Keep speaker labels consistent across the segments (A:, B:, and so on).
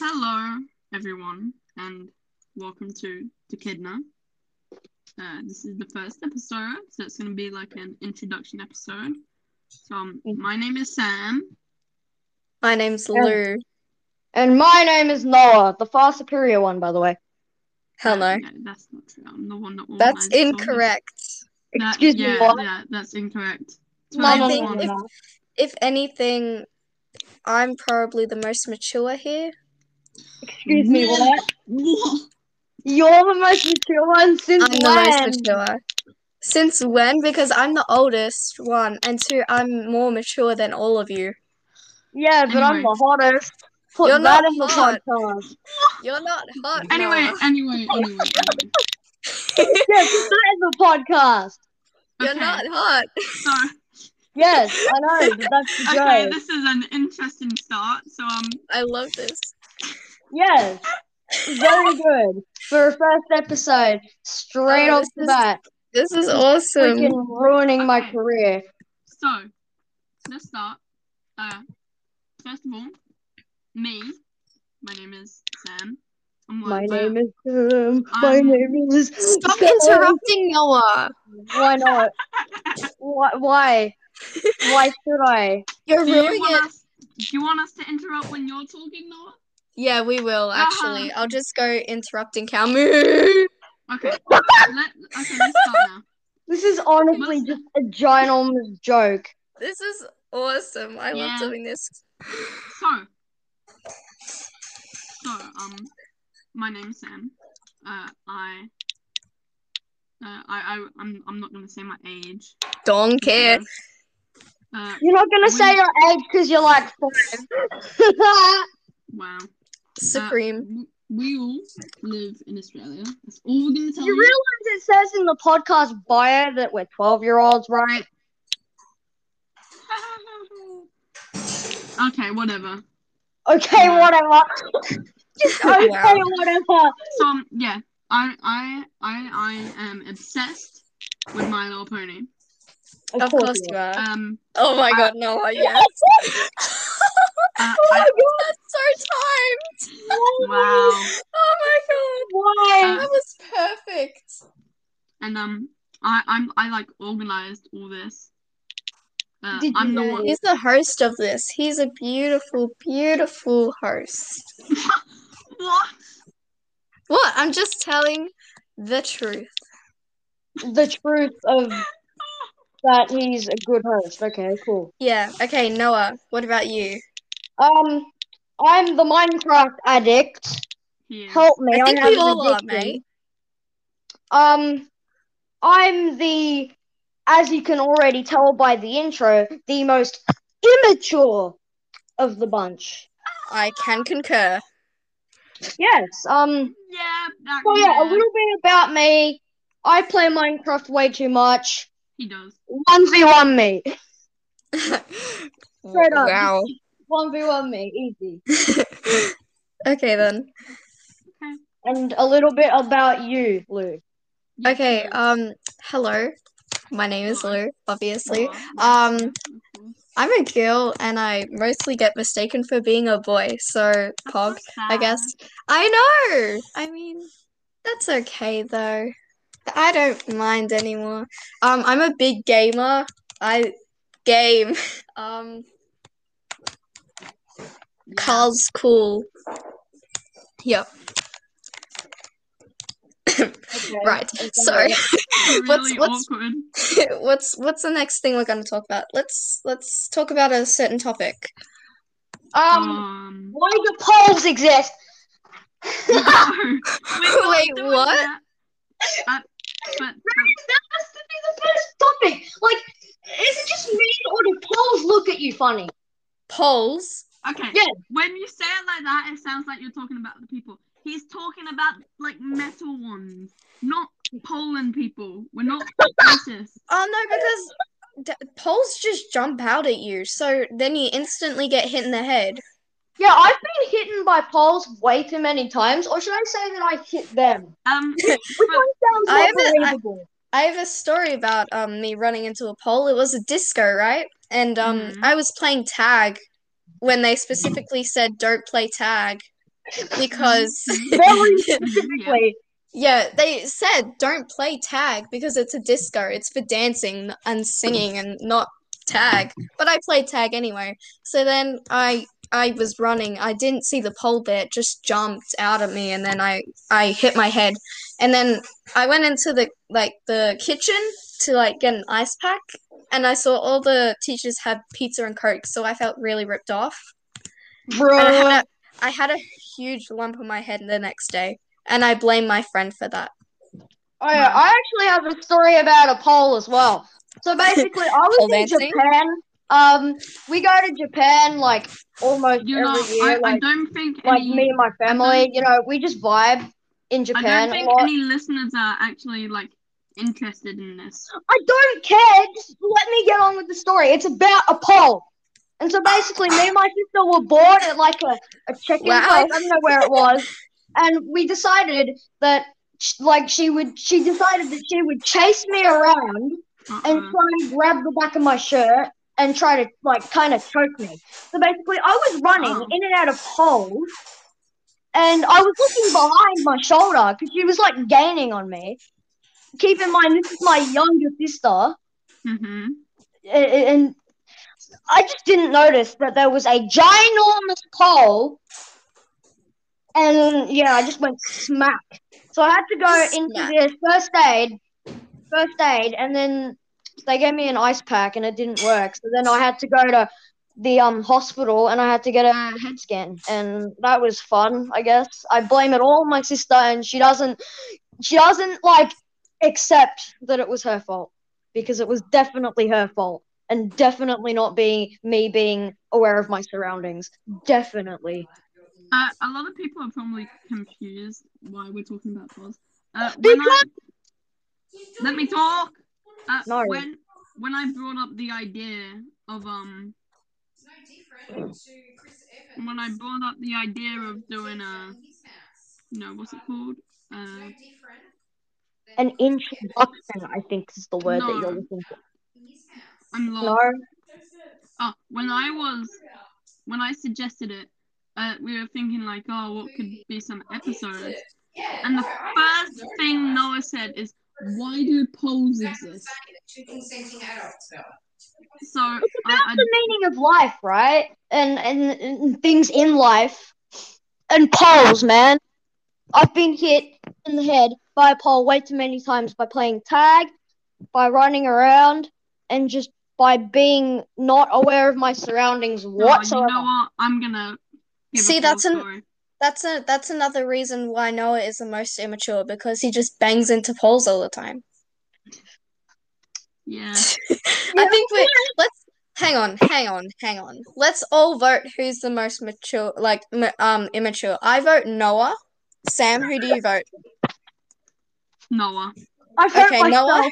A: Hello, everyone, and welcome to Decidna. Uh, this is the first episode, so it's going to be like an introduction episode. So, um, my name is Sam.
B: My name's
C: Yeah.
B: Lou.
C: And my name is Noah, the far superior one, by the way.
A: Uh,
B: Hello.
A: no, that's not true. I'm the one that
B: That's
A: organized all this.
B: incorrect.
A: That-
C: Excuse me,
A: yeah,
C: what?
A: Yeah, that's incorrect.
B: I
C: no, no,
B: think
C: no,
B: if-
C: no.
B: If anything, I'm probably the most mature here.
C: Excuse me, what?
A: What?
C: You're the most mature one since
B: I'm the
C: when?
B: most mature. Since when? Because I'm the oldest one, and two, I'm more mature than all of you.
C: Yeah, but I'm the
A: Anyway.
C: hottest. Put
B: You're
C: that
B: not
C: in the
B: hot.
C: podcast.
B: You're not hot.
A: Anyway,
B: Noah.
A: anyway, anyway. anyway.
C: Yeah, put that in the podcast.
B: you're
A: Okay,
B: not hot.
A: So,
C: Yes, I know, but that's the
A: okay,
C: joke.
A: this is an interesting start. So, um,
B: I love this.
C: Yes, very good. For a first episode, straight
B: Oh,
C: off
B: this
C: the
B: is
C: bat,
B: This is awesome.
C: freaking ruining my
A: Okay.
C: career.
A: So, let's start. Uh, first of all, me. My name is Sam. I'm
C: My
A: like,
C: name is um, my
A: I'm-
C: name is
B: Stop
C: Sam.
B: interrupting Noah.
C: Why not? why? Why? Why should I?
B: You're
A: Do you,
B: ruining
A: want
B: it.
A: us, do you want us to interrupt when you're talking, Noah?
B: Yeah, we will
A: Uh-huh.
B: actually. I'll just go interrupting Calmu.
A: Okay. Let, okay, let's start now.
C: This is honestly
A: Must-
C: just a ginormous joke.
B: This is awesome. I
A: Yeah.
B: love doing this.
A: So, so um, my name's Sam. Uh, I. Uh, I, I I'm I'm not gonna say my age.
B: Don't care.
A: Uh,
C: You're not gonna say
A: When-
C: your age because you're like five.
A: wow.
B: Supreme.
A: W- We all live in Australia. That's all we're gonna tell
C: you
A: you.
C: realize it says in the podcast bio that we're twelve year olds, right?
A: okay, whatever.
C: Okay,
A: Yeah.
C: whatever. Okay,
B: Wow.
C: whatever.
A: So um, yeah, I I I I am obsessed with My Little Pony.
B: Of,
A: Uh,
B: course, you are.
A: Um,
B: oh my
A: I-
B: god, Noah, yes.
A: uh,
C: Oh my
A: I,
C: god!
B: That's so timed.
A: wow. Uh,
B: Oh my god.
C: Why?
B: That was perfect.
A: And um, I I'm I like organized all this. Uh,
C: Did you
A: I'm the
C: know-
A: one.
B: He's the host of this. He's a beautiful, beautiful host.
A: What?
B: What? I'm just telling the truth. Uh.
C: The truth of that he's a good host. Okay, cool.
B: Yeah. Okay, Noah, what about you?
C: Um, I'm the Minecraft addict.
A: Yeah.
C: Help me.
B: I think
C: have
B: we
C: an
B: all are,
C: addiction.
B: mate.
C: Um, I'm the, as you can already tell by the intro, the most immature of the bunch.
B: I can concur.
C: Yes. Um,
A: Yeah. That,
B: Oh,
C: so yeah, a
A: yeah,
C: little bit about me. I play Minecraft way too much.
A: He does.
C: 1v1 me. up.
B: wow.
C: 1v1 me, easy.
B: okay then.
A: Okay.
C: And a little bit about you, Lou.
A: Yeah, he
B: Okay,
A: does.
B: um hello. My name is
A: Hello.
B: Lou, obviously.
A: Wow.
B: um,
A: Yeah, of course.
B: I'm a girl and I mostly get mistaken for being a boy, so
A: That's so
B: pog, I guess.
A: sad.
B: I know. I mean, that's okay though. I don't mind anymore. Um I'm a big gamer. I game. Um
A: Yeah.
B: Carl's cool. Yep.
C: Okay.
B: Right.
C: Okay.
B: Sorry.
A: Really
B: What's- what's-
A: awkward.
B: what's what's the next thing we're going to talk about? Let's let's talk about a certain topic.
C: Um,
A: Um.
C: why do polls exist?
A: no, we're not
B: Wait,
A: doing
B: what?
A: that. Uh, but, but
C: That has to be the first topic. Like, is it just me or do polls look at you funny?
B: Polls.
A: okay.
C: Yeah.
A: When you say it like that, it sounds like you're talking about the people. He's talking about like metal ones, not Poland people. We're not racist.
B: Oh no, because d- polls just jump out at you, so then you instantly get hit in the head.
C: Yeah, I've been hitten by polls way too many times, or should I say that I hit them?
A: Um.
C: Which one
B: I
C: sounds more
B: have a- I-
C: believable?
B: I have a story about um me running into a pole. It was a disco, right? And um
A: Mhm.
B: I was playing tag when they specifically said don't play tag. because
C: Very
A: yeah.
C: specifically.
B: yeah, they said don't play tag because it's a disco. It's for dancing and singing and not tag. But I played tag anyway. So then I I was running. I didn't see the pole bit just jumped out at me and then I I hit my head. And then I went into the like the kitchen to like get an ice pack and I saw all the teachers had pizza and coke, so I felt really ripped off.
C: Bro.
B: And I had a, I had a huge lump on my head the next day, and I blame my friend for that.
C: Oh, yeah. I actually have a story about a pole as well. So basically, I was
B: Pole
C: in
B: dancing?
C: Japan. Um, we go to Japan like almost
A: You
C: every
A: know,
C: year.
A: I, I
C: like,
A: don't think
C: like
A: any,
C: me and my family, you know, we just vibe in
A: I
C: Japan
A: don't
C: a
A: think
C: lot.
A: any listeners are actually like interested in this.
C: I don't care. Just let me get on with the story. It's about a pole. And so basically, me and my sister were bored at like a, a chicken
B: Wow.
C: place. I don't know where it was. and we decided that, sh- like, she would, she decided that she would chase me around and
A: Uh-oh.
C: try and grab the back of my shirt and try to, like, kind of choke me. So basically, I was running
A: Oh.
C: in and out of holes. And I was looking behind my shoulder because she was like gaining on me. Keep in mind, this is my younger sister
A: Mm-hmm.
C: and I just didn't notice that there was a ginormous pole, and yeah, I just went smack. So I had to go
B: Smack.
C: into the first aid, first aid, and then they gave me an ice pack, and it didn't work. So then I had to go to the um hospital, and I had to get a head scan, and that was fun. I guess I blame it all on my sister, and she doesn't, she doesn't like accept that it was her fault because it was definitely her fault and definitely not being me being aware of my surroundings. Definitely.
A: Uh, a lot of people are probably confused why we're talking about pause. Uh, when I,
C: Because-
A: let me talk. Uh,
C: No.
A: When when I brought up the idea of um when I brought up the idea of doing a you know what's it called uh
C: An introduction, I think, is the word that
A: No.
C: you're looking for.
A: I'm lost.
C: No,
A: Oh, when I was when I suggested it, uh, we were thinking like, oh, what could be some episodes? And the first thing Noah said is, why do poles exist? So I,
C: it's about
A: I
C: the meaning of life, right? And, and and things in life, and poles, man. I've been hit in the head by a pole way too many times by playing tag, by running around, and just by being not aware of my surroundings
A: no,
C: whatsoever.
A: you know what? I'm gonna give
B: See,
A: a
B: that's
A: pole
B: an-
A: story.
B: That's a that's another reason why Noah is the most immature because he just bangs into poles all the time.
A: Yeah.
B: I think we let's hang on, hang on, hang on. Let's all vote who's the most mature, like m- um immature. I vote Noah. Sam, who do you vote?
A: Noah.
C: I've hurt
B: Okay,
C: myself.
B: Noah.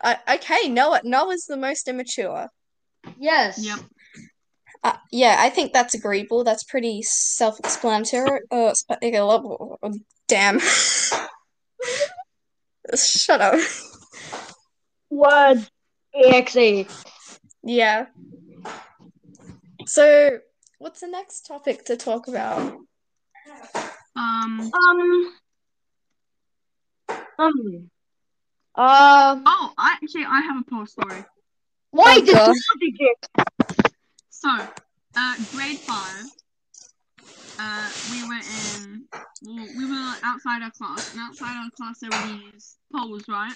B: Uh, okay, Noah. Noah's the most immature.
C: Yes.
A: Yep.
B: Uh, yeah, I think that's agreeable. That's pretty self-explanatory. Uh, sp- okay, lo- damn. Shut up.
C: Words. EXE.
B: Yeah. So, what's the next topic to talk about?
A: Um.
C: Um. Um. Uh.
A: Oh, I, actually, I have a poll story.
C: Why
B: Oh,
C: did
B: God.
C: you dick?
A: So, uh, grade five, uh, we were in, well, we were outside our class, and outside our class there were these poles, right?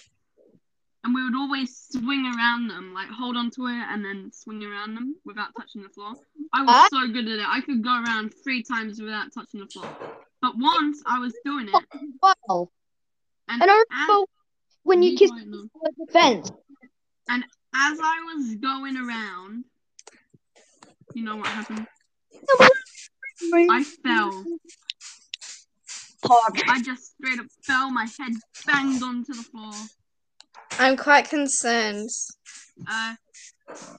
A: And we would always swing around them, like hold on to it and then swing around them without touching the floor. I was so good at it. I could go around three times without touching the floor. But once I was doing it,
C: Wow.
A: and,
C: And I
A: as-
C: remember when you
A: Be
C: kissed
A: quiet now.
C: the fence.
A: as I was going around, you know what happened? I fell.
C: Pog.
A: I just straight up fell. My head banged onto the floor,
B: I'm quite concerned.
A: uh,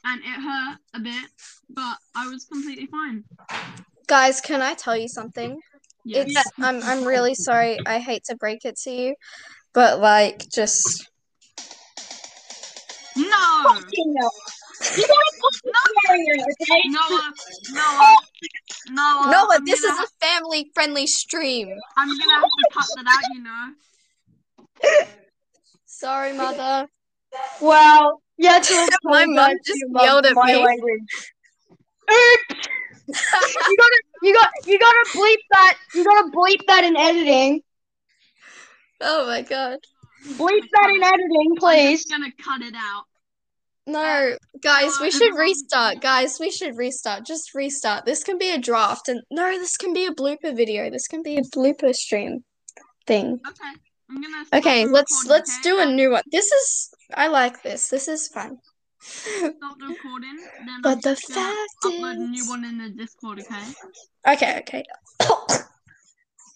A: and it hurt a bit, but I was completely fine.
B: Guys, can I tell you something?
A: Yes.
B: It's I'm I'm really sorry. I hate to break it to you, but like just
A: No.
C: Fucking hell.
D: okay?
A: Noah, Noah, Noah.
B: Noah,
A: uh, I'm
B: this
A: gonna,
B: is a family friendly stream.
A: I'm gonna have to cut that out, you know.
B: Sorry, mother.
C: Wow. Yeah, to
B: My
C: apologize
B: mom
C: to
B: just
C: your mum
B: yelled
C: for
B: at
C: my
B: me.
C: language. Oops. you gotta, you got, you gotta bleep that. You gotta bleep that in editing.
B: Oh my god.
C: Bleep that in editing,
A: I'm
C: please.
A: just gonna cut it out.
B: No, guys, we
A: Uh,
B: should
A: everyone-
B: restart. Guys, we should restart. Just restart. This can be a draft, and no, this can be a blooper video. This can be a blooper stream thing.
A: Okay, I'm gonna. stop
B: Okay,
A: the
B: let's
A: recording,
B: let's
A: okay?
B: do a new one. This is I like this. This is fun.
A: Stop the recording. Then
B: But
A: I'm
B: the
A: just gonna
B: fact
A: upload a new
B: is-
A: one in the Discord. Okay.
B: Okay, Oh, okay.